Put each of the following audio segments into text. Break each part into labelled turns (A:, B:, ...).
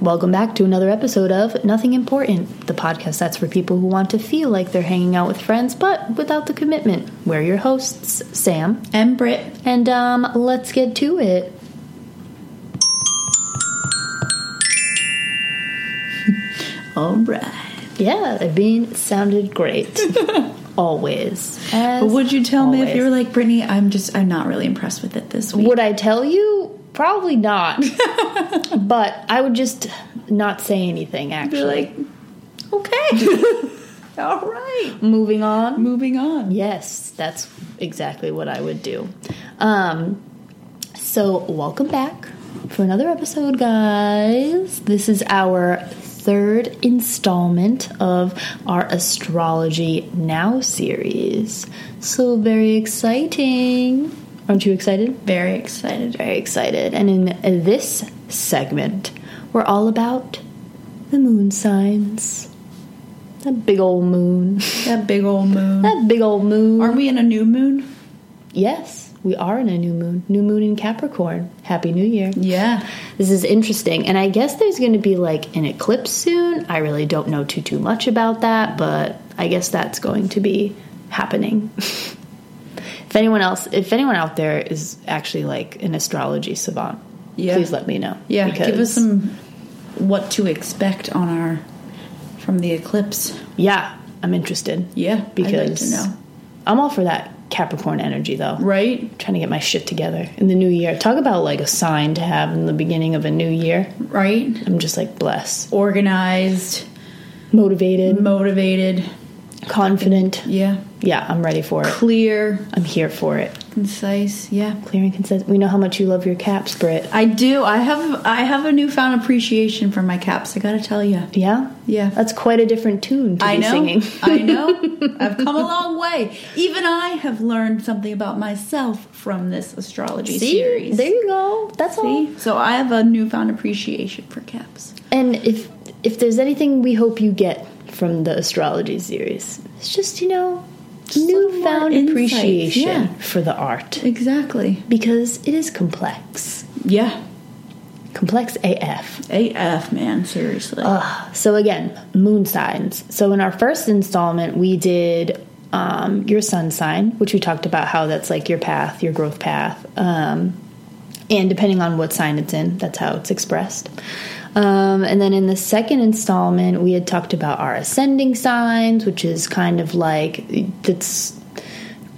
A: Welcome back to another episode of Nothing Important, the podcast that's for people who want to feel like they're hanging out with friends but without the commitment. We're your hosts, Sam,
B: And Brit.
A: and um, let's get to it.
B: All right.
A: Yeah, I mean, it sounded great. Always. As
B: But would you tell me if
A: always.
B: you were like, Brittany, I'm just, I'm not really impressed with it this week?
A: Would I tell you? Probably not. but I would just not say anything, actually.
B: Be like, okay. All right.
A: Moving on.
B: Moving on.
A: Yes, that's exactly what I would do. Um, so, welcome back for another episode, guys. This is our third installment of our Astrology Now series. So, very exciting. Aren't you excited?
B: Very excited.
A: Very excited. And in this segment, we're all about the moon signs. That big old moon.
B: That big old moon.
A: That big old moon.
B: Aren't we in a new moon?
A: Yes, we are in a new moon. New moon in Capricorn. Happy New Year.
B: Yeah.
A: This is interesting. And I guess there's going to be like an eclipse soon. I really don't know too too much about that, but I guess that's going to be happening. if anyone else, if anyone out there is actually like an astrology savant,
B: Yeah.
A: please let me know.
B: Yeah. Give
A: because-
B: us some what to expect on our, from the eclipse.
A: Yeah, I'm interested.
B: Yeah.
A: because
B: I'd like to know.
A: I'm all for that Capricorn energy though.
B: Right?
A: Trying to get my shit together in the new year. Talk about like a sign to have in the beginning of a new year.
B: Right?
A: I'm just like blessed,
B: Organized,
A: motivated,
B: motivated.
A: confident.
B: Yeah.
A: Yeah, I'm ready for it.
B: Clear,
A: I'm here for it.
B: concise. Yeah.
A: Clear and concise. We know how much you love your caps, Britt.
B: I do. I have I have a newfound appreciation for my caps. I gotta tell you.
A: Yeah,
B: Yeah.
A: That's quite a different tune to
B: I
A: be
B: know.
A: singing.
B: I know. I've come a long way. Even I have learned something about myself from this astrology series.
A: there you go. That's all.
B: See? So I have a newfound appreciation for caps.
A: And if if there's anything we hope you get from the astrology series, it's just you know
B: a little more
A: newfound
B: insight,
A: appreciation
B: yeah.
A: for the art
B: Exactly.
A: because it is complex,
B: Yeah.
A: complex AF.
B: AF man, seriously.
A: Ugh. So again, moon signs. So in our first installment, we did um, your sun sign, which we talked about how that's like your path, your growth path, um, and depending on what sign it's in, that's how it's expressed. Um, and then in the second installment, we had talked about our ascending signs, which is kind of like that's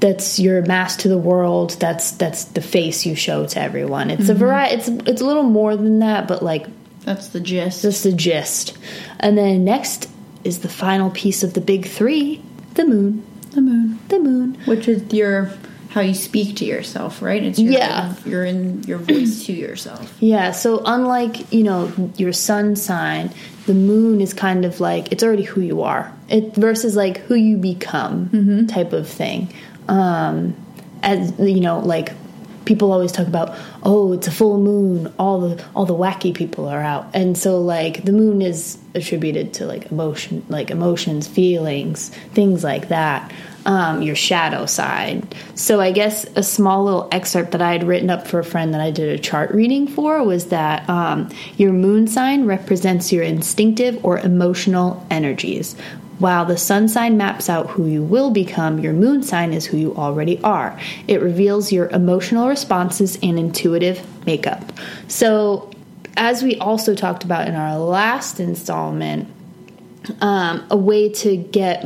A: that's your mask to the world. That's that's the face you show to everyone. It's a variety. It's it's a little more than that, but like
B: That's the gist.
A: just the gist. And then next is the final piece of the big three the moon.
B: the moon.
A: The moon.
B: Which is your how you speak to yourself, right? It's your,
A: Yeah.
B: You're in your voice to yourself.
A: Yeah, so unlike, you know, your sun sign, the moon is kind of like it's already who you are. It versus like who you become
B: Mm-hmm.
A: type of thing. Um as you know, like people always talk about, oh, it's a full moon, all the all the wacky people are out. And so like the moon is attributed to like emotion like emotions, feelings, things like that. um, your shadow side. So I guess a small little excerpt that I had written up for a friend that I did a chart reading for was that um, your moon sign represents your instinctive or emotional energies. While the sun sign maps out who you will become, your moon sign is who you already are. It reveals your emotional responses and intuitive makeup. So, as we also talked about in our last installment, um, a way to get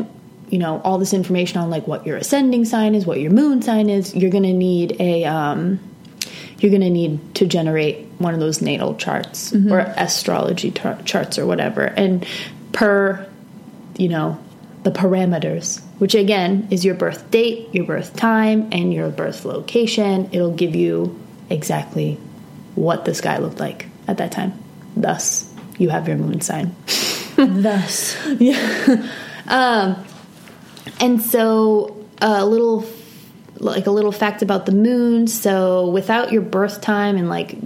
A: you know all this information on like what your ascending sign is what your moon sign is you're going to need a um, you're going to need to generate one of those natal charts or astrology tar- charts or whatever and per you know the parameters which again is your birth date your birth time and your birth location it'll give you exactly what this guy looked like at that time thus you have your moon sign
B: Thus.
A: And so uh, a little like a little fact about the moon. So without your birth time and like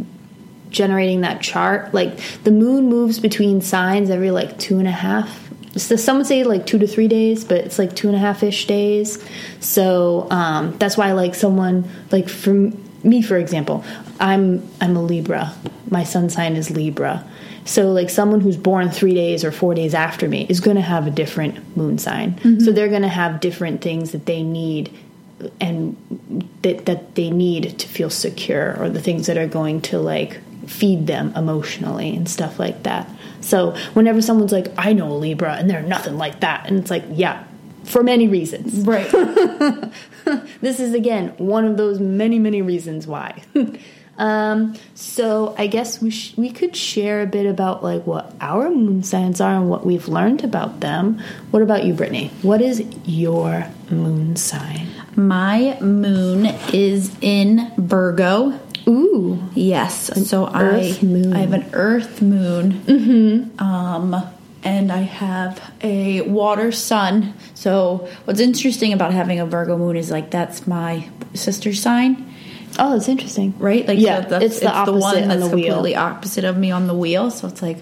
A: generating that chart, like the moon moves between signs every like two and a half. So some would say like two to three days, but it's like two and a half ish days. So um, that's why like someone like from me for example i'm i'm a libra my sun sign is libra so like someone who's born three days or four days after me is going to have a different moon sign so they're going to have different things that they need and that, that they need to feel secure or the things that are going to like feed them emotionally and stuff like that so whenever someone's like i know a libra and they're nothing like that and it's like yeah for many reasons
B: Right.
A: this is again one of those many many reasons why um, so i guess we sh- we could share a bit about like what our moon signs are and what we've learned about them what about you brittany what is your moon sign
B: My moon is in Virgo.
A: ooh
B: Yes. so
A: earth
B: I
A: moon.
B: I have an earth moon. Mm-hmm. Um and I have a water sun. So what's interesting about having a Virgo moon is like that's my sister sign,
A: oh that's interesting
B: right? Like
A: Yeah,
B: so
A: it's the opposite on
B: that's
A: the wheel.
B: completely opposite of me on the wheel. So it's like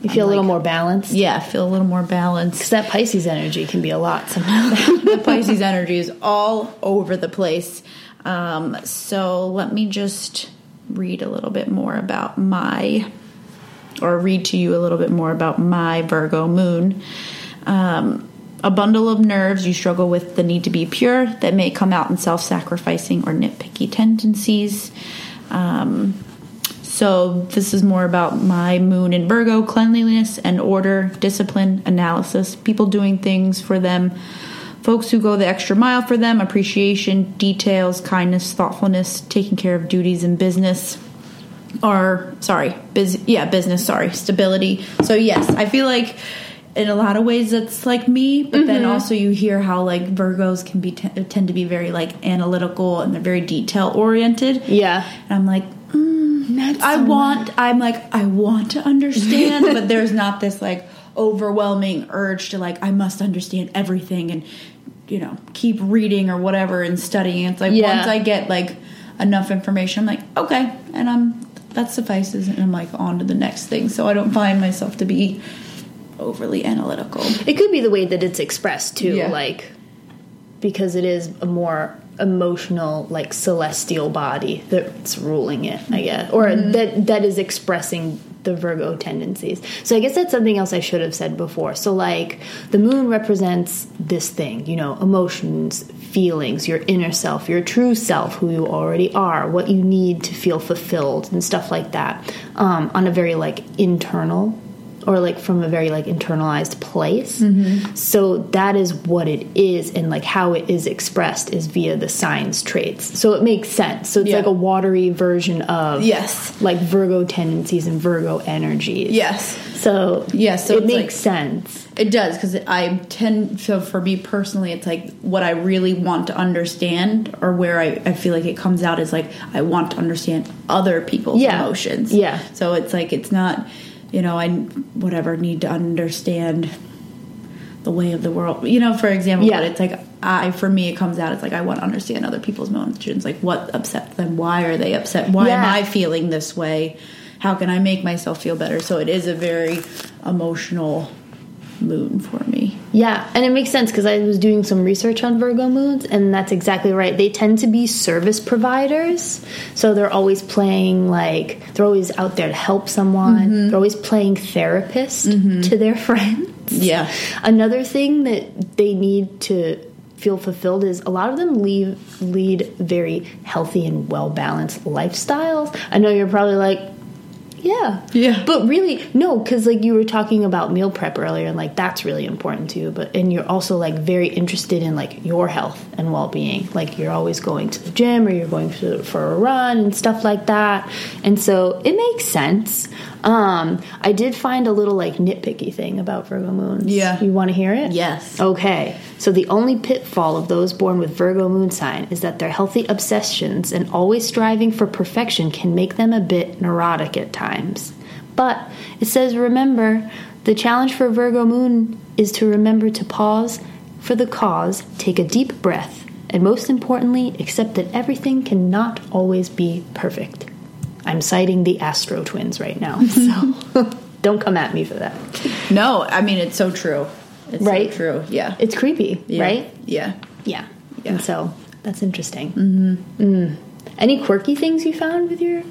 A: you feel a little more balanced
B: yeah, I feel a little more balanced.
A: because that pisces energy can be a lot sometimes
B: the Pisces energy is all over the place. Um, so let me just read a little bit more about my, or read to you a little bit more about my Virgo moon. Um, a bundle of nerves you struggle with the need to be pure that may come out in self sacrificing or nitpicky tendencies. Um, so this is more about my moon in Virgo cleanliness and order, discipline, analysis, people doing things for them, folks who go the extra mile for them, appreciation, details, kindness, thoughtfulness, taking care of duties in business or sorry, bus yeah, business, sorry, stability. So yes, I feel like in a lot of ways it's like me, but then also you hear how like Virgos can be t- tend to be very like analytical and they're very detail oriented.
A: yeah
B: And I'm like, I want, I'm like, I want to understand, but there's not this like overwhelming urge to like, I must understand everything and, you know, keep reading or whatever and studying. It's like,
A: Yeah.
B: once I get like enough information, I'm like, okay. And I'm, that suffices. And I'm like, on to the next thing. So I don't find myself to be overly analytical.
A: It could be the way that it's expressed too,
B: Yeah.
A: like because it is a more emotional, like celestial body that's ruling it, I guess, or that that is expressing the Virgo tendencies. So I guess that's something else I should have said before. So like the moon represents this thing, you know, emotions, feelings, your inner self, your true self, who you already are, what you need to feel fulfilled and stuff like that. Um, on a very like internal or like from a very like internalized place.
B: Mm-hmm.
A: So that is what it is, and like how it is expressed is via the signs traits. So it makes sense. So it's
B: Yeah.
A: like a watery version of
B: Yes.
A: like Virgo tendencies and Virgo energies.
B: Yes.
A: So
B: Yeah, so
A: it
B: it's,
A: makes
B: like-
A: sense.
B: It does because I tend so for me personally, it's like what I really want to understand, or where I, I feel like it comes out is like I want to understand other people's
A: Yeah.
B: emotions.
A: Yeah.
B: So it's like it's not, you know, I whatever need to understand the way of the world. You know, for example,
A: Yeah.
B: but it's like I for me it comes out. It's like I want to understand other people's emotions, like what upset them, why are they upset, why am
A: Yeah.
B: I feeling this way, how can I make myself feel better. So it is a very emotional moon for me.
A: Yeah, and it makes sense because I was doing some research on Virgo moods, and that's exactly right. They tend to be service providers, so they're always playing like they're always out there to help someone. They're always playing therapist to their friends.
B: Yeah.
A: Another thing that they need to feel fulfilled is a lot of them leave, lead very healthy and well balanced lifestyles. I know you're probably like, yeah.
B: Yeah.
A: But really, no, because like you were talking about meal prep earlier, and like that's really important to you. But and you're also like very interested in like your health and well being. Like you're always going to the gym or you're going for, for a run and stuff like that. And so it makes sense. Um, I did find a little like nitpicky thing about Virgo moons.
B: Yeah.
A: You want to hear it?
B: Yes.
A: Okay. So the only pitfall of those born with Virgo moon sign is that their healthy obsessions and always striving for perfection can make them a bit neurotic at times. But it says remember, the challenge for Virgo moon is to remember to pause for the cause, take a deep breath, and most importantly, accept that everything cannot always be perfect. I'm citing the Astro twins right now, so don't come at me for that.
B: No, I mean it's so true. It's
A: Right?
B: so true. Yeah.
A: It's creepy,
B: Yeah.
A: right?
B: Yeah.
A: Yeah.
B: Yeah.
A: And so that's interesting. Mm-hmm. Any quirky things you found with your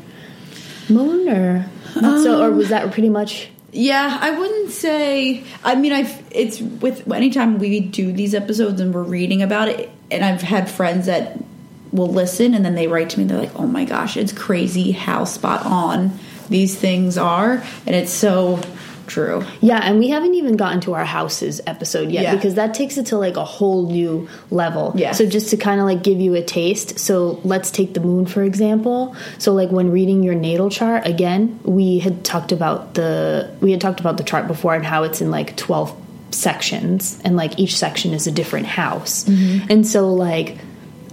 A: moon, or not so, or was that pretty much?
B: Yeah, I wouldn't say. I mean, I've it's with anytime we do these episodes and we're reading about it, and I've had friends that will listen and then they write to me. They're like, "Oh my gosh, it's crazy how spot on these things are," and it's so true.
A: Yeah, and we haven't even gotten to our houses episode yet
B: Yeah.
A: because that takes it to like a whole new level.
B: Yeah.
A: So just to kind of like give you a taste. So let's take the moon for example. So like when reading your natal chart again, we had talked about the we had talked about the chart before and how it's in like 12 sections and like each section is a different house.
B: Mm-hmm.
A: And so like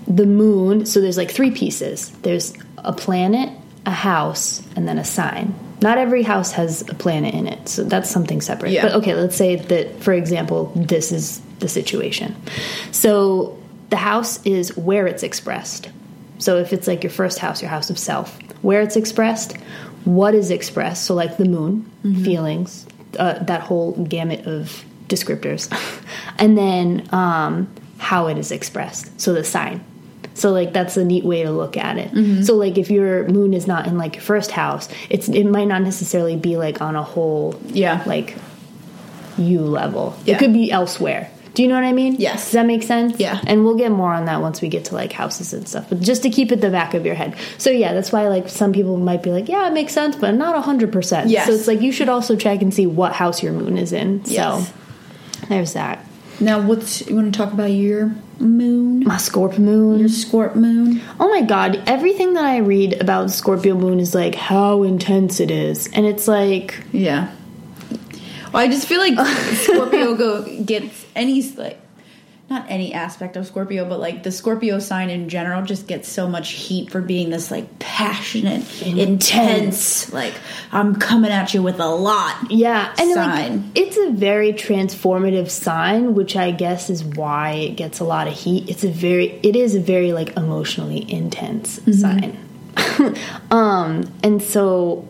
A: the moon, so there's like three pieces. There's a planet, a house, and then a sign. Not every house has a planet in it, so that's something separate.
B: Yeah.
A: But okay, let's say that for example, this is the situation. So the house is where it's expressed. So if it's like your first house, your house of self, where it's expressed, what is expressed, so like the moon, feelings, uh, that whole gamut of descriptors, and then um, how it is expressed, so the sign. So like that's a neat way to look at it. So like if your moon is not in like your first house, it's it might not necessarily be like on a whole
B: Yeah.
A: like you level.
B: Yeah.
A: It could be elsewhere. Do you know what I mean?
B: Yes.
A: Does that make sense?
B: Yeah.
A: And we'll get more on that once we get to like houses and stuff. But just to keep it the back of your head. So yeah, that's why like some people might be like, yeah, it makes sense, but not hundred percent.
B: Yes.
A: So it's like you should also check and see what house your moon is in.
B: Yes.
A: So there's that.
B: Now, what's you want to talk about your moon,
A: My Scorp moon.
B: your Scorp moon?
A: Oh my god, everything that I read about Scorpio moon is like how intense it is. And it's like
B: Yeah. Well, I just feel like Scorpio go gets any like not any aspect of Scorpio, but like the Scorpio sign in general just gets so much heat for being this like passionate, intense, like I'm coming at you with a lot.
A: yeah, and like
B: Sign.
A: it's a very transformative sign, which I guess is why it gets a lot of heat. It's a very it is a very like emotionally intense sign. um and so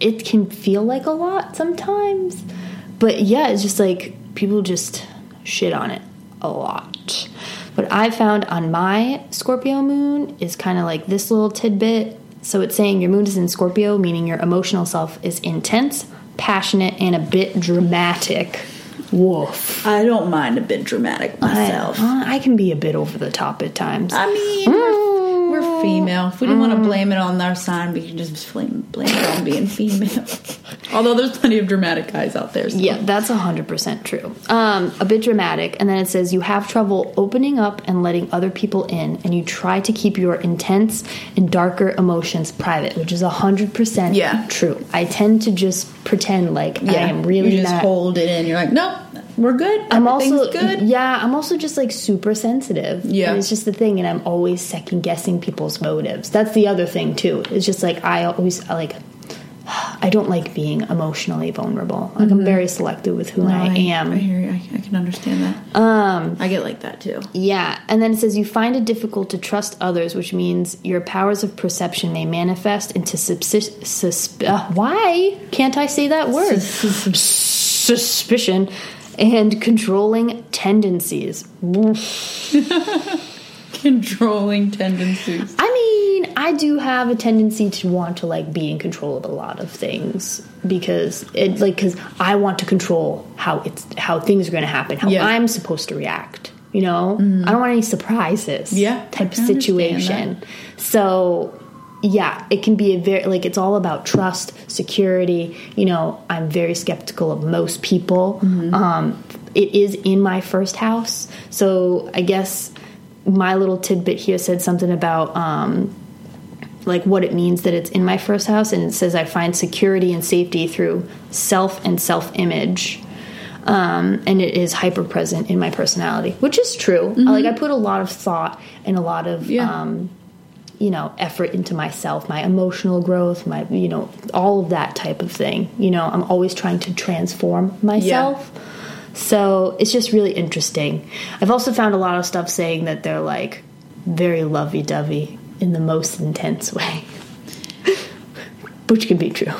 A: it can feel like a lot sometimes. But yeah, it's just like people just shit on it a lot. What I found on my Scorpio moon is kind of like this little tidbit. So it's saying your moon is in Scorpio, meaning your emotional self is intense, passionate, and a bit dramatic. Woof.
B: I don't mind a bit dramatic myself. I,
A: I, I can be a bit over the top at times.
B: mean, we're, we're female. If we didn't
A: Mm.
B: want to blame it on our sign, we can just blame, blame it on being female. Although there's plenty of dramatic guys out there. So.
A: Yeah, that's 100% true. Um, a bit dramatic. And then it says, You have trouble opening up and letting other people in, and you try to keep your intense and darker emotions private, which is 100%
B: Yeah.
A: true. I tend to just pretend like I am really
B: you just
A: not.
B: hold it in. You're like, nope, we're good.
A: I'm also
B: good.
A: yeah. I'm also just like super sensitive.
B: Yeah.
A: and it's just the thing, and I'm always second guessing people's motives. That's the other thing too. It's just like I always I like. I don't like being emotionally vulnerable. Like I'm very selective with who I, am.
B: Mm-hmm. I hear you. I, I can understand that. Um, I get like that too.
A: Yeah, and then it says you find it difficult to trust others, which means your powers of perception may manifest into subsis- susp- uh, why can't I say that word? Suspicion and controlling tendencies.
B: Controlling tendencies.
A: I mean, I do have a tendency to want to like be in control of a lot of things because it like because I want to control how it's how things are going to happen, how
B: Yeah. Mm-hmm.
A: I'm supposed to react. You know, I don't want any surprises.
B: Yeah, I
A: type of
B: can understand
A: situation. So. Yeah, it can be a very like it's all about trust, security. You know, I'm very skeptical of most people.
B: Mm-hmm.
A: Um, it is in my first house, so I guess my little tidbit here said something about um, like what it means that it's in my first house and it says i find security and safety through self and self-image um, and it is hyper present in my personality which is true like i put a lot of thought and a lot of
B: Yeah.
A: um, you know effort into myself my emotional growth my you know all of that type of thing you know i'm always trying to transform myself so it's just really interesting. I've also found a lot of stuff saying that they're like very lovey dovey in the most intense way, which can be true.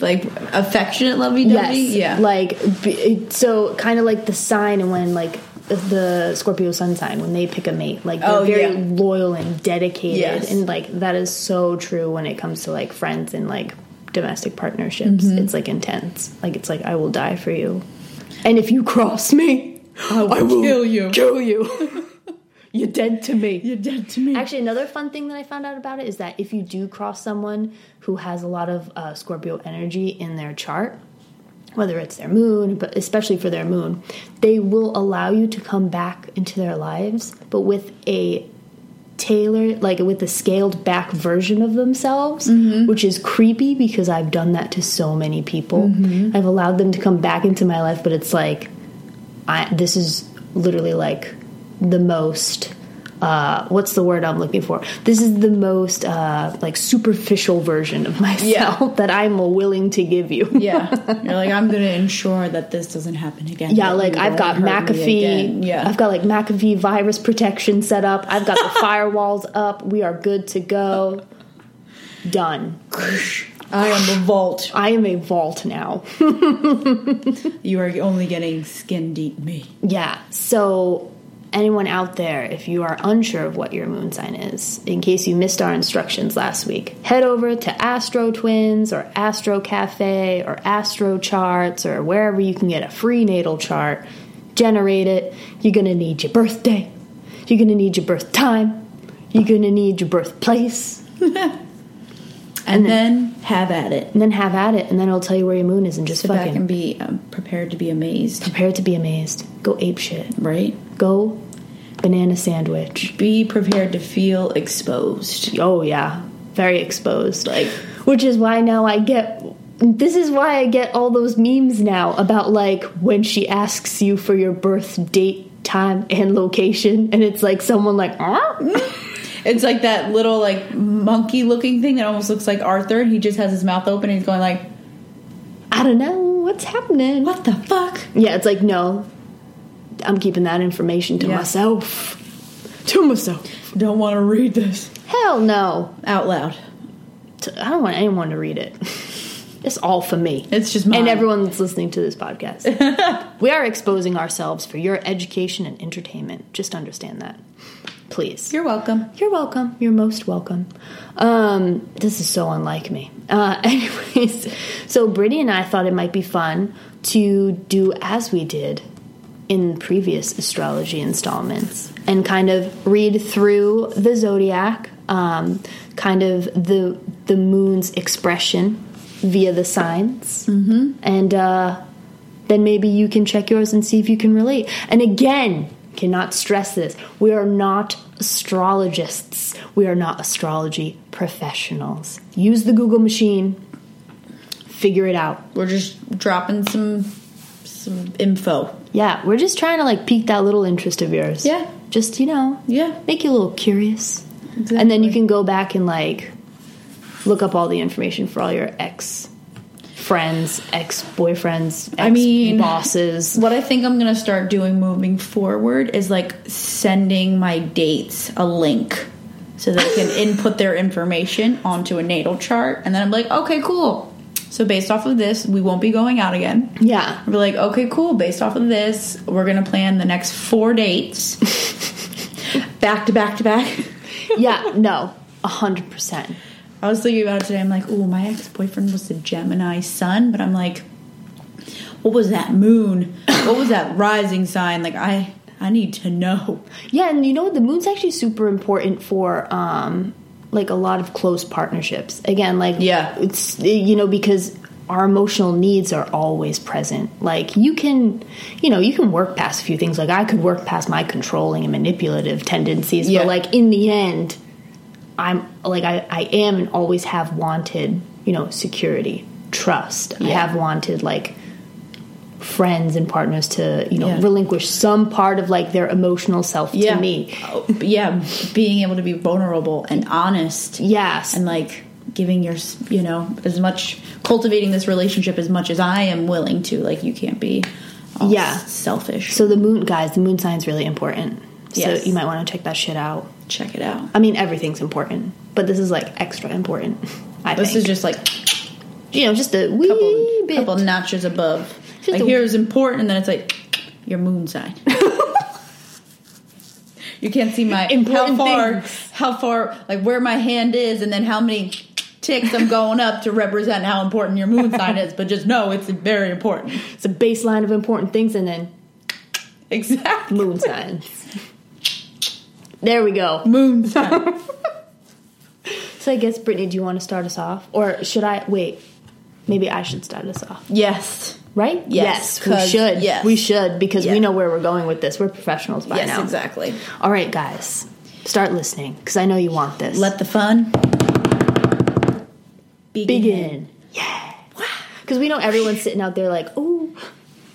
B: Like affectionate lovey dovey.
A: Yes.
B: E, Yeah.
A: Like, b- so kind of like the sign, and when like the Scorpio sun sign when they pick a mate. Like they're
B: Oh,
A: very
B: yeah.
A: loyal and dedicated,
B: Yes.
A: and like that is so true when it comes to like friends and like domestic partnerships.
B: Mm-hmm.
A: It's like intense. Like it's like I will die for you, and if you cross me, I will,
B: kill you."
A: Kill you. You're dead to me.
B: You're dead to me.
A: Actually, another fun thing that I found out about it is that if you do cross someone who has a lot of uh, Scorpio energy in their chart, whether it's their moon, but especially for their moon, they will allow you to come back into their lives, but with a tailored, like with a scaled back version of themselves, which is creepy because I've done that to so many people. I've allowed them to come back into my life, but it's like, I, this is literally like the most. Uh, what's the word I'm looking for? This is the most uh, like superficial version of myself that I'm willing to give you.
B: yeah. You're like, I'm going to ensure that this doesn't happen again.
A: Yeah,
B: that
A: like
B: you
A: I've got
B: don't hurt me again.
A: McAfee.
B: Yeah.
A: I've got like McAfee virus protection set up. I've got the firewalls up. We are good to go. Done.
B: I am the vault.
A: I am a vault now.
B: You are only getting skin deep me.
A: Yeah. So, anyone out there, if you are unsure of what your moon sign is, in case you missed our instructions last week, head over to Astro Twins or Astro Cafe or Astro Charts or wherever you can get a free natal chart. Generate it. You're going to need your birthday. You're going to need your birth time. You're going to need your birthplace.
B: And, then, have at it.
A: And then have at it, and then it'll tell you where your moon is and just
B: Sit back
A: fucking
B: and be um, prepared to be amazed,
A: prepare to be amazed. Go ape shit.
B: right?
A: Go banana sandwich.
B: Be prepared to feel exposed.
A: Oh yeah, very exposed.
B: Like-
A: which is why now I get. This is why I get all those memes now about like when she asks you for your birth date, time, and location, and it's like someone like, "Huh?"
B: It's like that little like monkey looking thing that almost looks like Arthur and he just has his mouth open and he's going like,
A: I don't know what's happening.
B: What the fuck?
A: Yeah, it's like no, I'm keeping that information to
B: Yeah.
A: myself. To myself.
B: Don't want to read this.
A: Hell no.
B: Out loud.
A: T- I don't want anyone to read it. It's all for me.
B: It's just mine.
A: and everyone that's listening to this podcast. we are exposing ourselves for your education and entertainment. Just understand that. Please.
B: You're welcome.
A: You're welcome. You're most welcome. Um, this is so unlike me. Uh, anyways, so Brittany and I thought it might be fun to do as we did in previous astrology installments and kind of read through the zodiac, um, kind of the the moon's expression via the signs, mm-hmm. and uh, then maybe you can check yours and see if you can relate. And again, cannot stress this. We are not astrologists. We are not astrology professionals. Use the Google machine. Figure it out.
B: We're just dropping some some info.
A: Yeah, we're just trying to like pique that little interest of yours.
B: Yeah.
A: Just, you know,
B: Yeah.
A: make you a little curious. And then you can go back and like look up all the information for all your ex friends, ex boyfriends, ex
B: I mean-
A: bosses.
B: What I think I'm gonna start doing moving forward is like sending my dates a link so they can input their information onto a natal chart, and then I'm like, okay, cool. So based off of this, we won't be going out again.
A: Yeah.
B: I'll be like, okay, cool. Based off of this, we're gonna plan the next four dates, back to back to back.
A: Yeah, no. A hundred percent.
B: I was thinking about it today. I'm like, oh, my ex boyfriend was the Gemini sun, but I'm like, what was that moon? What was that rising sign? Like, I I need to know.
A: Yeah, and you know what? The moon's actually super important for um like a lot of close partnerships. Again, like
B: Yeah.
A: it's you know because our emotional needs are always present. Like you can, you know, you can work past a few things. Like I could work past my controlling and manipulative tendencies,
B: Yeah.
A: but like in the end, I'm like I, I am and always have wanted, you know, security, trust. I
B: Yeah.
A: have wanted like friends and partners to, you know,
B: Yeah.
A: relinquish some part of like their emotional self to me.
B: Oh, yeah, being able to be vulnerable and honest,
A: Yes.
B: and like giving your s- you know as much cultivating this relationship as much as I am willing to. Like, you can't be all
A: Yeah.
B: s- selfish.
A: so the moon guys, the moon sign's really important.
B: Yes.
A: So you might want to check that shit out.
B: Check it out.
A: I mean everything's important, but this is like extra important. I
B: This
A: think.
B: is just like
A: you know, just a wee
B: couple,
A: bit.
B: couple notches above.
A: Just
B: like
A: a-
B: here's important, and then it's like your moon sign. You can't see my
A: Important
B: how far
A: things.
B: how far like where my hand is, and then how many ticks I'm going up to represent how important your moon sign is. But just know it's very important.
A: It's a baseline of important things and then
B: Exactly.
A: moon signs. There we go.
B: Moon sign.
A: So I guess Brittany, do you want to start us off, or should I wait? Maybe I should start us off,
B: yes.
A: right?
B: Yes,
A: we
B: 'cause-
A: should.
B: yes.
A: we should because
B: Yeah.
A: we know where we're going with this. We're professionals by
B: Yes.
A: now.
B: Exactly.
A: All right, guys, start listening because I know you want this.
B: Let the fun
A: begin. Yeah. Because we know everyone's sitting out there like, oh,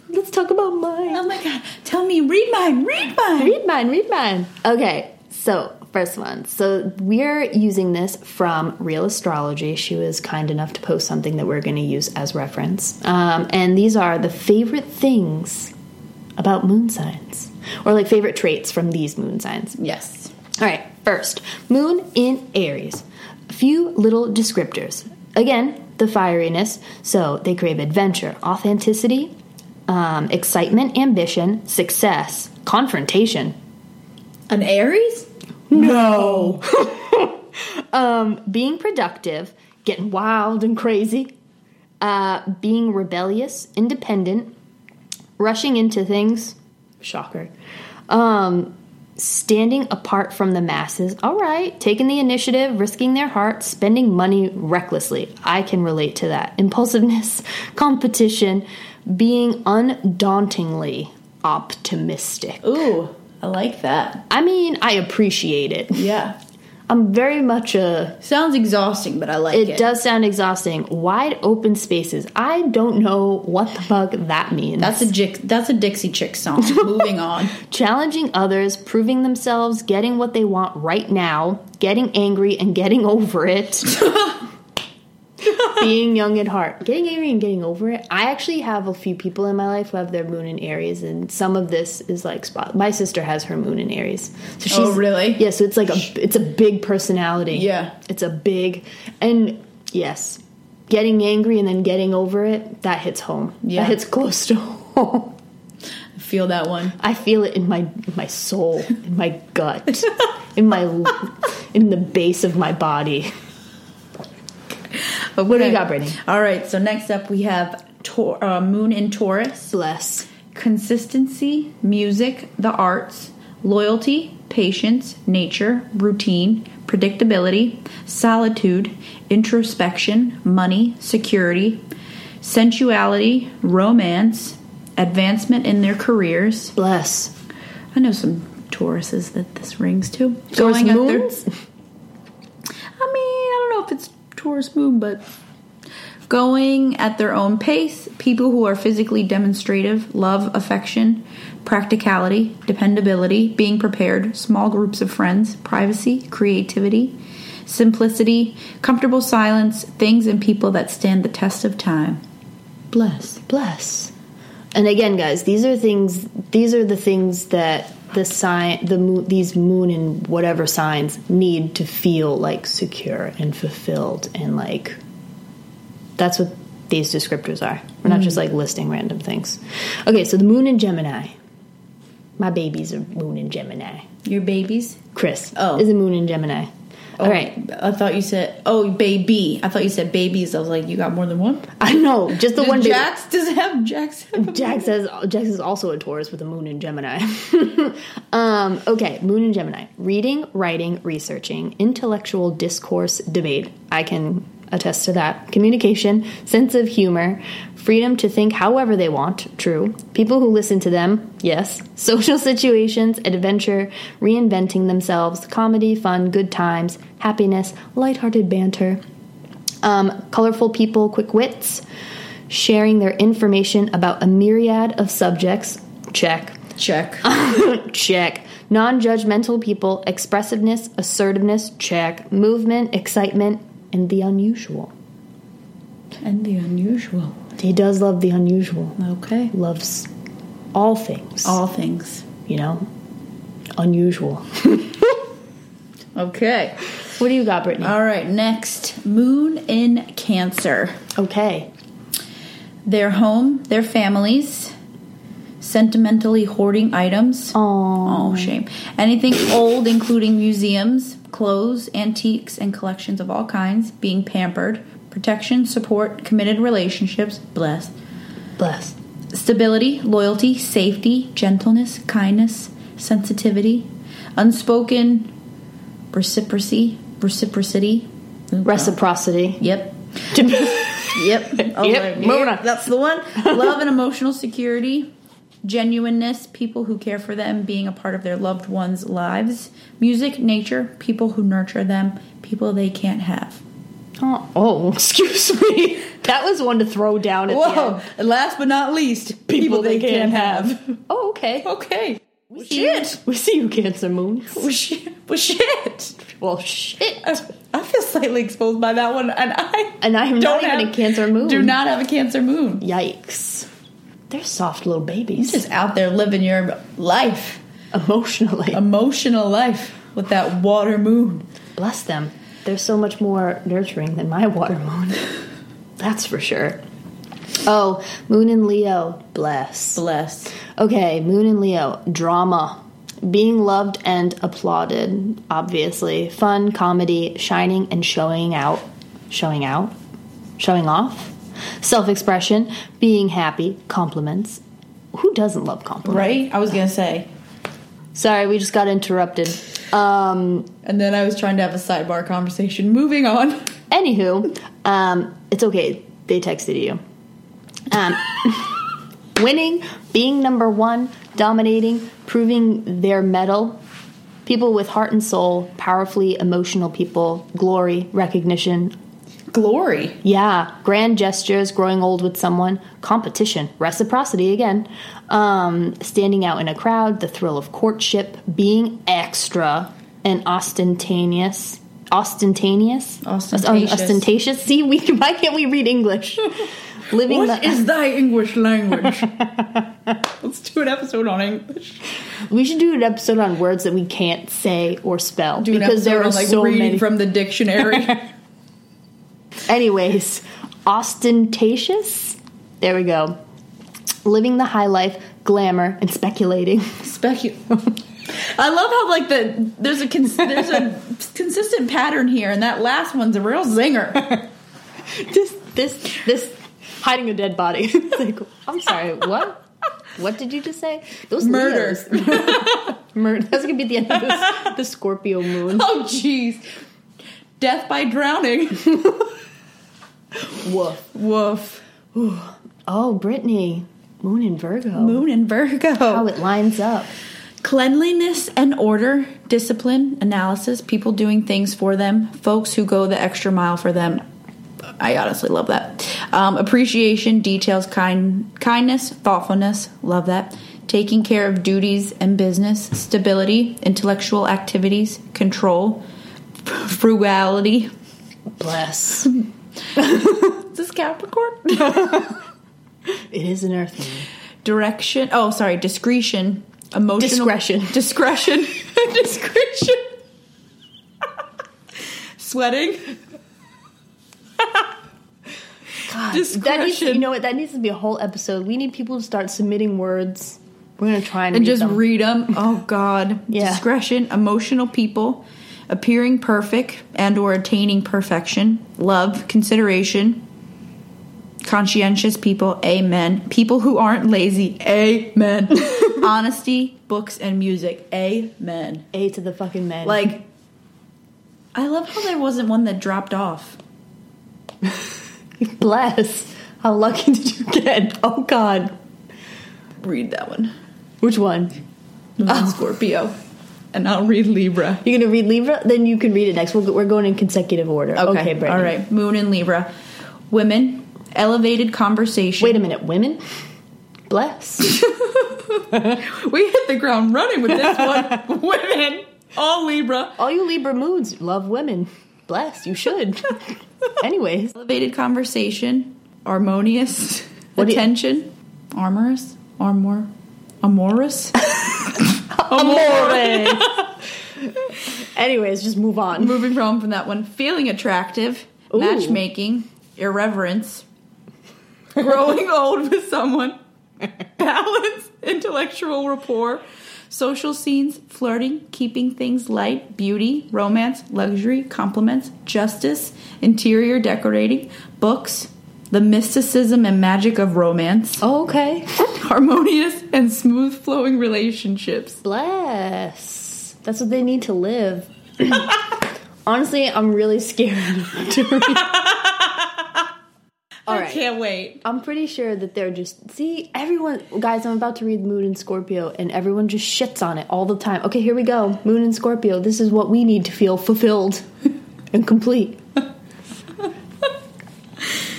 A: let's talk about mine.
B: Oh my god! Tell me, read mine, read mine.
A: Read mine, read mine. Okay, so first one. So we're using this from Real Astrology. She was kind enough to post something that we're going to use as reference. Um, and these are the favorite things about moon signs, or like favorite traits from these moon signs.
B: Yes.
A: All right, first, moon in Aries. A few little descriptors. Again, the fieriness. So they crave adventure, authenticity, um, excitement, ambition, success, confrontation.
B: An Aries?
A: No! um, being productive, getting wild and crazy, uh, being rebellious, independent, rushing into things. Shocker. Um, standing apart from the masses. All right, taking the initiative, risking their hearts, spending money recklessly. I can relate to that. Impulsiveness, competition, being undauntingly optimistic.
B: Ooh, I like that.
A: I mean, I appreciate it.
B: Yeah.
A: I'm very much a.
B: Sounds exhausting, but I like
A: It
B: it.
A: does sound exhausting. Wide open spaces. I don't know what the fuck that means.
B: That's a Jick, that's a Dixie Chick song. Moving on.
A: challenging others, proving themselves, getting what they want right now, getting angry and getting over it. Being young at heart. Getting angry and getting over it. I actually have a few people in my life who have their moon in Aries, and some of this is like spot. My sister has her moon in Aries, so she's
B: Oh, really?
A: yeah. So it's like a it's a big personality.
B: Yeah.
A: it's a big and yes, getting angry and then getting over it that hits home.
B: Yeah.
A: that hits close to home.
B: Feel that one.
A: I feel it in my in my soul, in my gut, in my in the base of my body.
B: But
A: what do you got, Brittany?
B: All right. So next up, we have Tor- uh, Moon in Taurus.
A: Bless.
B: Consistency, music, the arts, loyalty, patience, nature, routine, predictability, solitude, introspection, money, security, sensuality, romance, advancement in their careers.
A: Bless.
B: I know some Tauruses that this rings to.
A: Taurus
B: Going out there-
A: moons?
B: I mean, I don't know if it's Taurus moon, but going at their own pace, people who are physically demonstrative, love, affection, practicality, dependability, being prepared, small groups of friends, privacy, creativity, simplicity, comfortable silence, things and people that stand the test of time. Bless.
A: Bless. And again, guys, these are things. These are the things that the sign, the moon, these moon and whatever signs need to feel like secure and fulfilled, and like that's what these descriptors are. We're not just like listing random things. Okay, so the moon in Gemini. My babies are moon in Gemini.
B: Your babies?
A: Chris.
B: Oh.
A: Is a moon in Gemini. All right.
B: I thought you said, oh, baby. I thought you said babies. I was like, you got more than one?
A: I know. Just the
B: Does
A: one big-
B: Jax, does it have Jax? Have a
A: Jack says Jack is also a Taurus with a moon in Gemini. um, okay, moon in Gemini. Reading, writing, researching, intellectual discourse, debate. I can attest to that. Communication, sense of humor, freedom to think however they want. True. People who listen to them. Yes. Social situations, adventure, reinventing themselves, comedy, fun, good times, happiness, lighthearted banter um, colorful people, quick wits, sharing their information about a myriad of subjects. Check.
B: Check.
A: Check. Non judgmental people, expressiveness, assertiveness. Check. Movement, excitement, and the unusual.
B: And the unusual.
A: He does love the unusual.
B: Okay.
A: Loves all things,
B: All things.
A: you know? Unusual.
B: Okay.
A: What do you got, Brittany?
B: All right. Next, Moon in Cancer.
A: okay.
B: Their home, their families, sentimentally hoarding items.
A: Aw.
B: Oh, shame. Anything old, including museums, clothes, antiques, and collections of all kinds, being pampered, protection, support, committed relationships, blessed,
A: Bless.
B: stability, loyalty, safety, gentleness, kindness, sensitivity, unspoken reciprocity, reciprocity. uh,
A: Reciprocity.
B: Yep.
A: Jap-
B: Yep. I was
A: Yep, moving on.
B: That's the one. Love and emotional security, genuineness, people who care for them, being a part of their loved ones' lives, music, nature, people who nurture them, people they can't have.
A: oh, oh, excuse me. That was one to throw down at the end.
B: And last but not least, people,
A: they can't
B: have.
A: Oh, okay.
B: Okay.
A: See you-
B: Shit.
A: We see you, Cancer Moons.
B: Well, shit. Well, shit.
A: Well, shit.
B: I, I feel slightly exposed by that one, and I
A: And I am not even a Cancer moon.
B: Do not have a Cancer moon.
A: Yikes. They're soft little
B: You're
A: babies.
B: just out there living your life.
A: Emotionally.
B: Um, emotional life with that water moon.
A: Bless them. They're so much more nurturing than my water moon. That's for sure. Oh, Moon and Leo, bless.
B: Bless.
A: Okay, Moon and Leo, drama. Being loved and applauded, obviously. Fun, comedy, shining and showing out. Showing out? Showing off? Self expression, being happy, compliments. Who doesn't love compliments?
B: Right? I was gonna say.
A: Sorry, we just got interrupted. Um,
B: And then I was trying to have a sidebar conversation. Moving on.
A: Anywho, um, it's okay. They texted you. Um, winning, being number one, dominating, proving their metal. People with heart and soul, powerfully emotional people, glory, recognition.
B: Glory.
A: Yeah, grand gestures, growing old with someone, competition, reciprocity again, um, standing out in a crowd, the thrill of courtship, being extra and ostentatious. Ostentatious?
B: Ostentatious.
A: ostentatious? See, we, why can't we read English? Living
B: What
A: the,
B: is thy English language? Let's do an episode on English.
A: we should do an episode on words that we can't say or spell
B: Do an
A: because there are
B: episode on, like
A: so
B: reading
A: many.
B: from the dictionary.
A: Anyways, ostentatious? There we go. Living the high life, glamour, and speculating.
B: Specu. I love how like the there's a cons- there's a consistent pattern here, and that last one's a real zinger.
A: this this this hiding a dead body. It's like, I'm sorry, what? What did you just say? Those
B: Murder.
A: Leos. Murder. That's gonna be the end of this, the Scorpio moon.
B: Oh jeez, death by drowning.
A: Woof.
B: Woof.
A: Oh, Brittany, moon in Virgo.
B: Moon in Virgo.
A: How it lines up.
B: Cleanliness and order, discipline, analysis, people doing things for them, folks who go the extra mile for them. I honestly love that. Um, appreciation, details, kind, kindness, thoughtfulness, love that. Taking care of duties and business, stability, intellectual activities, control, frugality.
A: Bless.
B: Is this Capricorn?
A: It is an earth moon.
B: Direction. Oh, sorry, discretion, emotional
A: Discretion.
B: discretion, discretion. Sweating.
A: God, That needs,
B: Discretion.
A: you know what? That needs to be a whole episode. We need people to start submitting words. We're gonna try and,
B: and
A: read
B: just
A: them.
B: read 'em. read them. Oh God,
A: Yeah.
B: discretion, emotional people, appearing perfect and or attaining perfection, love, consideration, conscientious people, amen. People who aren't lazy, amen. Honesty, books and music, amen.
A: A to the fucking men.
B: Like, I love how there wasn't one that dropped off.
A: bless. How lucky did you get? Oh God.
B: Read that one.
A: Which one?
B: Oh. Scorpio, and I'll read Libra.
A: You're gonna read Libra, then you can read it next. We'll, we're going in consecutive order. Okay, Brittany.
B: All right. Moon and Libra, women, elevated conversation.
A: Wait a minute, women. Bless.
B: we hit the ground running with this one. women, all Libra.
A: All you Libra moods love women. Bless. You should. Anyways,
B: Elevated conversation, harmonious
A: What do you-
B: attention, amorous, armor, amorous.
A: amore. Anyways, just move on.
B: Moving from from that one, feeling attractive,
A: Ooh.
B: matchmaking, irreverence, growing old with someone, balance, intellectual rapport, social scenes, flirting, keeping things light, beauty, romance, luxury, compliments, justice, interior decorating, books, the mysticism and magic of romance,
A: Oh, okay.
B: harmonious and smooth flowing relationships.
A: Bless. That's what they need to live. Honestly, I'm really scared to read. All
B: I
A: right.
B: can't wait.
A: I'm pretty sure that they're just see everyone guys, I'm about to read Moon and Scorpio and everyone just shits on it all the time. Okay, here we go. Moon and Scorpio. This is what we need to feel fulfilled and complete.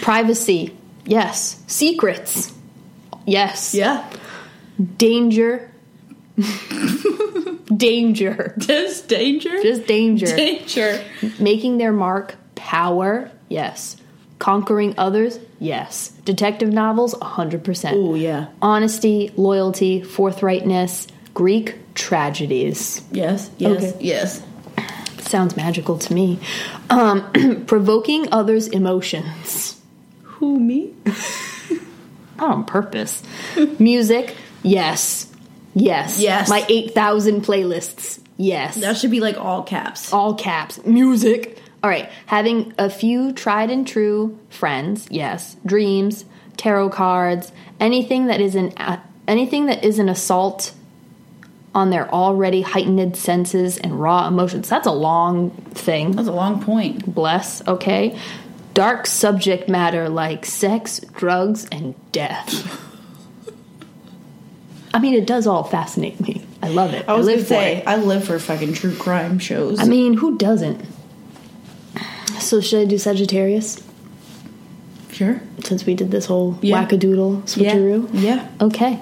A: Privacy. Yes. Secrets. Yes.
B: Yeah.
A: Danger. danger.
B: There's danger.
A: Just danger.
B: danger.
A: Making their mark, power, yes. Conquering others, yes. Detective novels, 100%.
B: Oh, yeah.
A: Honesty, loyalty, forthrightness, Greek tragedies.
B: Yes. Yes.
A: Okay.
B: Yes.
A: Sounds magical to me. Um, provoking others' emotions.
B: Who me?
A: Not on purpose. Music, yes. Yes.
B: Yes.
A: My 8,000 playlists, yes.
B: That should be like all caps.
A: all caps music all right having a few tried and true friends yes dreams tarot cards anything that is an a- anything that is an assault on their already heightened senses and raw emotions that's a long thing
B: That's a long point.
A: bless okay dark subject matter like sex drugs and death i mean it does all fascinate me i love it
B: I was
A: live
B: gonna
A: for it.
B: say I live for fucking true crime shows.
A: I mean, who doesn't? So should I do Sagittarius
B: sure.
A: since we did this whole
B: Yeah.
A: wackadoodle switcheroo?
B: Yeah.
A: Okay.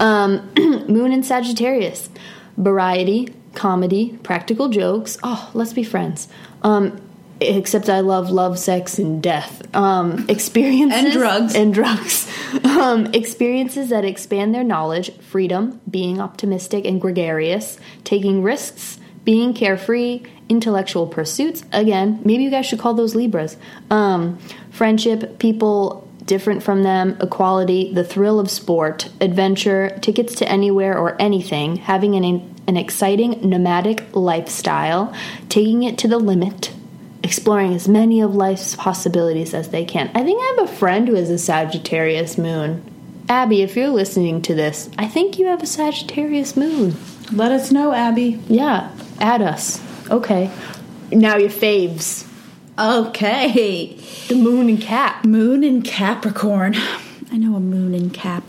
A: Um, moon in Sagittarius. Variety, comedy, practical jokes. Oh, let's be friends. Um, except I love love, sex, and death. Um, experiences
B: And drugs.
A: and drugs. Um, experiences that expand their knowledge, freedom, being optimistic and gregarious, taking risks, being carefree, intellectual pursuits. Again, maybe you guys should call those Libras. Um, friendship, people different from them, equality, the thrill of sport, adventure, tickets to anywhere or anything, having an, an exciting nomadic lifestyle, taking it to the limit exploring as many of life's possibilities as they can. I think I have a friend who has a Sagittarius moon. Abby, if you're listening to this, I think you have a Sagittarius moon.
B: Let us know, Abby.
A: Yeah, add us. Okay. Now your faves.
B: Okay.
A: The moon and cap.
B: Moon in Capricorn. I know a moon in Cap.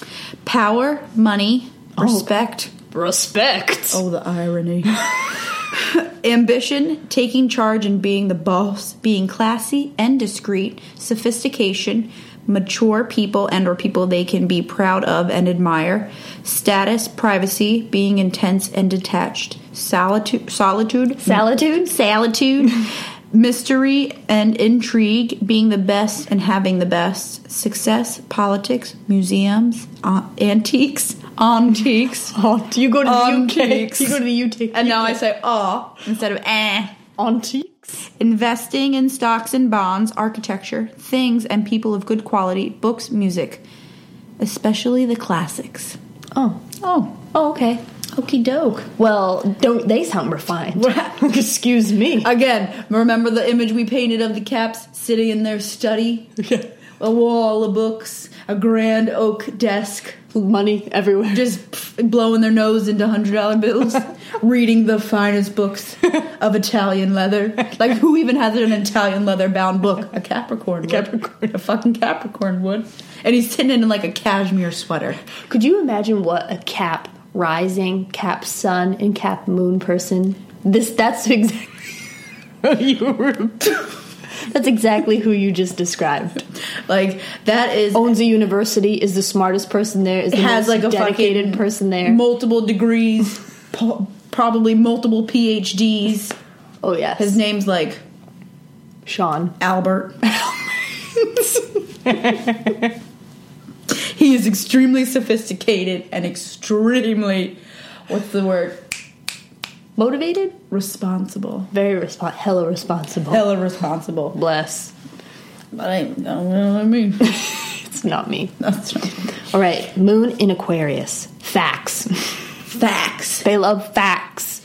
B: Oh. Power, money, respect.
A: Respect.
B: Oh, the irony. Ambition, taking charge and being the boss, being classy and discreet, sophistication, mature people and or people they can be proud of and admire, status, privacy, being intense and detached, solitude, solitude,
A: Solitude?
B: solitude, mystery and intrigue, being the best and having the best, success, politics, museums, uh, antiques, antiques.
A: You go to
B: Antiques.
A: the UK.
B: And now I say ah instead of eh.
A: antiques.
B: Investing in stocks and bonds, architecture, things, and people of good quality, books, music, especially the classics.
A: Oh.
B: Oh,
A: Oh, okay.
B: okey doke.
A: Well, don't they sound refined? Excuse me.
B: Again, remember the image we painted of the caps sitting in their study? a wall of books, a grand oak desk,
A: Money everywhere.
B: just pff, blowing their nose into $100 bills, reading the finest books of Italian leather. Like, who even has an Italian leather bound book? A Capricorn would.
A: Capricorn.
B: A fucking Capricorn would. And he's sitting in like a cashmere sweater.
A: Could you imagine what a cap rising, cap sun, and cap moon person? This that's exactly you were. That's exactly who you just described.
B: Like, that is.
A: Owns a university, is the smartest person there, is Oh, the
B: has
A: most
B: like a
A: dedicated
B: fucking
A: person there.
B: multiple degrees, po- probably multiple PhDs.
A: oh yes,
B: His name's like
A: Sean.
B: Albert. he is extremely sophisticated and extremely, what's the word?
A: Motivated,
B: Responsible.
A: very respon hella responsible.
B: Hella responsible.
A: Bless.
B: But I, I don't know what I mean.
A: That's not me.
B: That's right.
A: All right, Moon in Aquarius. Facts.
B: Facts.
A: They love facts.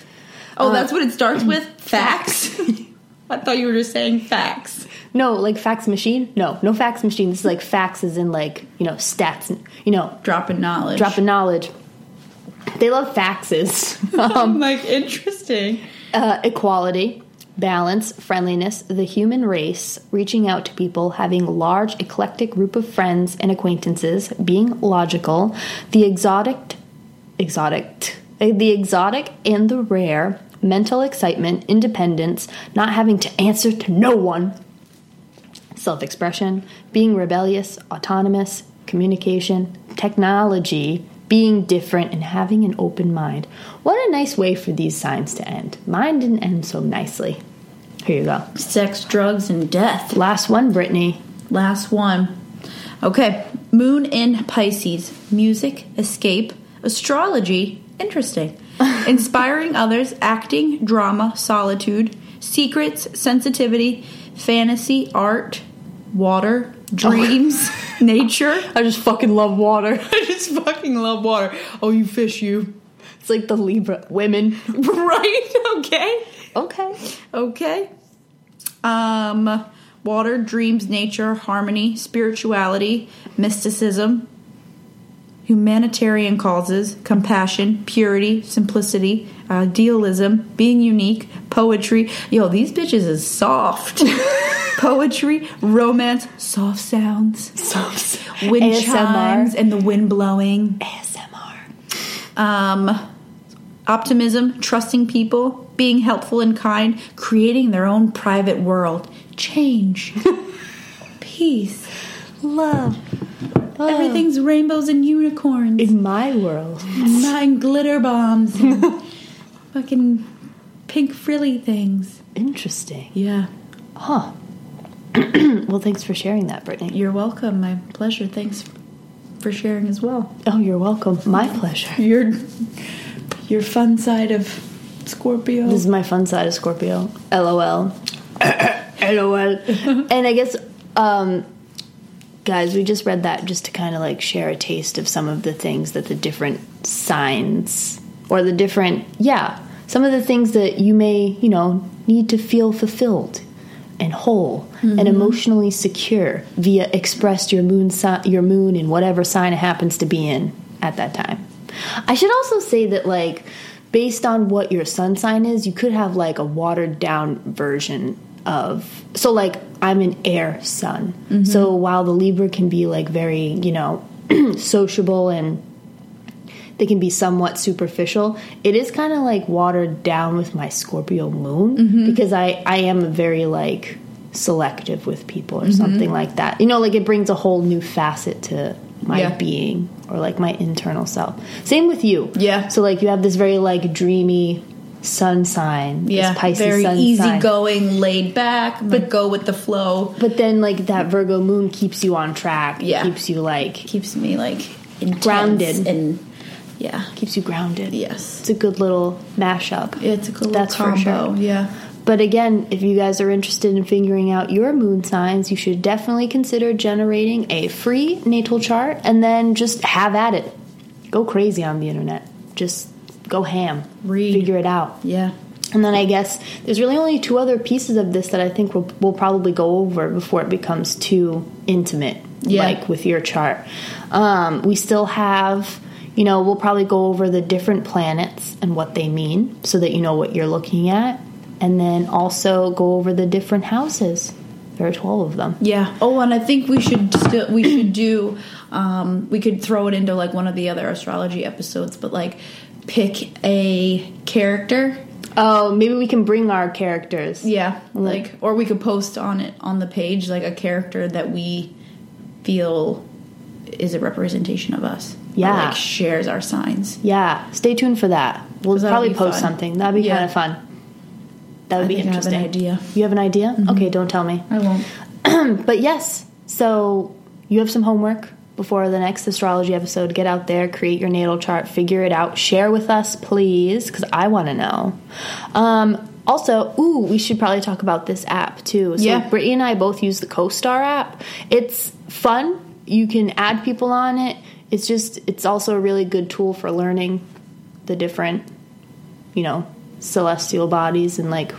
B: Oh, that's what it starts with? Facts? I thought you were just saying facts.
A: No, like fax machine? No, no fax machine. This is like fax is in like, you know, stats, and you know,
B: Dropping knowledge.
A: drop of knowledge. They love faxes.
B: I'm like, interesting.
A: uh, equality, balance, friendliness, the human race, reaching out to people, having large, eclectic group of friends and acquaintances, being logical, the exotic, exotic, eh, the exotic and the rare, mental excitement, independence, not having to answer to no one, self expression, being rebellious, autonomous, communication, technology, being different, and having an open mind. What a nice way for these signs to end. Mine didn't end so nicely. Here you go.
B: Sex, drugs, and death.
A: Last one, Brittany.
B: Last one. Okay. Moon in Pisces. Music, escape, astrology, interesting. Inspiring others, acting, drama, solitude, secrets, sensitivity, fantasy, art, water, dreams, nature.
A: I just fucking love water.
B: I just fucking love water. Oh, you fish, you.
A: It's like the Libra women.
B: right? Okay.
A: Okay.
B: Okay. Um, water, dreams, nature, harmony, spirituality, mysticism, humanitarian causes, compassion, purity, simplicity, idealism, being unique, poetry. Yo, these bitches is soft. poetry, romance, soft sounds, wind chimes, and the wind blowing
A: ASMR.
B: um, optimism, trusting people, being helpful and kind, creating their own private world, change, peace, love. Oh. Everything's rainbows and unicorns,
A: In my world.
B: and mine glitter bombs, and fucking pink frilly things.
A: Interesting.
B: Yeah,
A: Huh. well, thanks for sharing that, Brittany.
B: you're welcome. My pleasure. Thanks for sharing as well.
A: Oh, you're welcome. My pleasure.
B: Your your fun side of Scorpio.
A: This is my fun side of Scorpio. LOL. LOL. and I guess, um, guys, we just read that just to kind of like share a taste of some of the things that the different signs or the different, yeah, some of the things that you may, you know, need to feel fulfilled and whole and emotionally secure via expressed your moon si- your moon in whatever sign it happens to be in at that time. I should also say that like based on what your sun sign is, you could have like a watered down version of so like I'm an air sun. So while the Libra can be like very, you know, sociable and they can be somewhat superficial. It is kind of like watered down with my Scorpio moon
B: Mm-hmm.
A: because I I am a very like selective with people or
B: Mm-hmm.
A: something like that. You know, like it brings a whole new facet to my
B: Yeah.
A: being or like my internal self. Same with you.
B: Yeah.
A: So like you have this very like dreamy sun sign. this
B: Yeah,
A: Pisces
B: very
A: sun sign.
B: easygoing, laid back, but go with the flow.
A: But then like that Virgo moon keeps you on track. It
B: Yeah.
A: Keeps you like
B: Keeps me like intense
A: Grounded.
B: and yeah,
A: keeps you grounded.
B: yes,
A: It's a good little mashup.
B: it's a cool
A: That's for
B: combo.
A: sure.
B: Yeah,
A: But again, if you guys are interested in figuring out your moon signs, you should definitely consider generating a free natal chart and then just have at it. Go crazy on the internet. Just go ham.
B: Read.
A: Figure it out.
B: yeah,
A: And then I guess there's really only two other pieces of this that I think we'll, we'll probably go over before it becomes too intimate,
B: Yeah.
A: like with your chart. Um, we still have, you know, we'll probably go over the different planets and what they mean so that you know what you're looking at. And then also go over the different houses. There are 12 of them.
B: yeah. Oh, and I think we should still we should do. Um, we could throw it into like one of the other astrology episodes, but like pick a character.
A: Oh, maybe we can bring our characters.
B: Yeah, like or we could post on it on the page like a character that we feel is a representation of us. or,
A: Yeah.
B: like shares our signs.
A: Yeah, stay tuned for that. We'll
B: 'Cause that'll
A: probably
B: be
A: post
B: fun.
A: something. That'd be
B: Yeah.
A: kind of fun. That would
B: I
A: be
B: think I have an
A: interesting.
B: idea. Mm-hmm. Mm.
A: You have an idea? Okay, don't tell me.
B: I won't.
A: But yes, so you have some homework before the next astrology episode. Get out there, create your natal chart, figure it out, share with us, please, because I want to know. Um, also, ooh, we should probably talk about this app too. So
B: Yeah.
A: Brittany and I both use the CoStar app. It's fun. you can add people on it. It's just it's also a really good tool for learning the different, you know, celestial bodies and like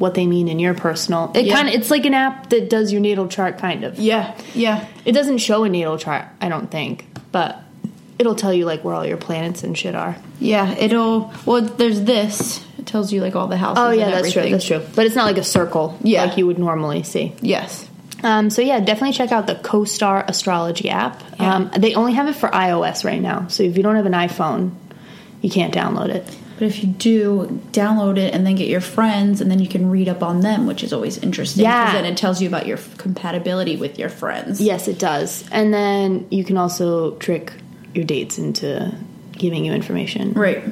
A: what they mean in your personal. It
B: Yeah.
A: kind of it's like an app that does your natal chart kind of.
B: Yeah, yeah.
A: It doesn't show a natal chart, I don't think, but it'll tell you like where all your planets and shit are.
B: Yeah, it'll. Well, there's this. It tells you like all the houses.
A: Oh yeah,
B: and
A: that's true.
B: everything.
A: That's true. But it's not like a circle
B: Yeah.
A: like you would normally see.
B: Yes.
A: Um, so yeah, definitely check out the CoStar astrology app. Um, they only have it for iOS right now, so if you don't have an iPhone, you can't download it.
B: But if you do download it and then get your friends, and then you can read up on them, which is always interesting. 'cause
A: Yeah.
B: Then it tells you about your f- compatibility with your friends.
A: Yes, it does, and then you can also trick your dates into giving you information.
B: Right.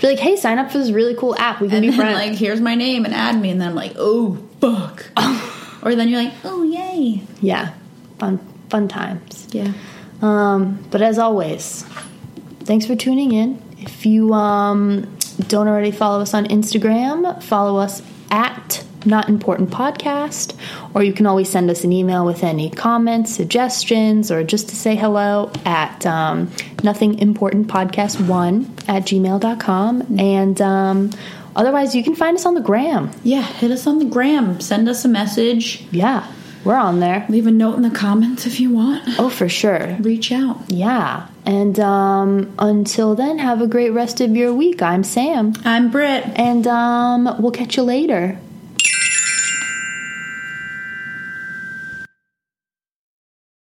A: You're like, hey, sign up for this really cool app. We can
B: And
A: be
B: then
A: friends.
B: like, here's my name and add me, and then I'm like, oh fuck. or then you're like, oh yay.
A: yeah, fun fun times.
B: Yeah.
A: Um, but as always, thanks for tuning in. If you um, don't already follow us on Instagram, follow us at Not Important Podcast, or you can always send us an email with any comments, suggestions, or just to say hello at um, nothingimportantpodcast1 at gmail.com. And um, otherwise, you can find us on the gram.
B: Yeah. Hit us on the gram. Send us a message.
A: Yeah, we're on there.
B: Leave a note in the comments if you want.
A: Oh, for sure.
B: Reach out.
A: Yeah. And um, until then, have a great rest of your week. I'm Sam.
B: I'm Britt.
A: And um, we'll catch you later.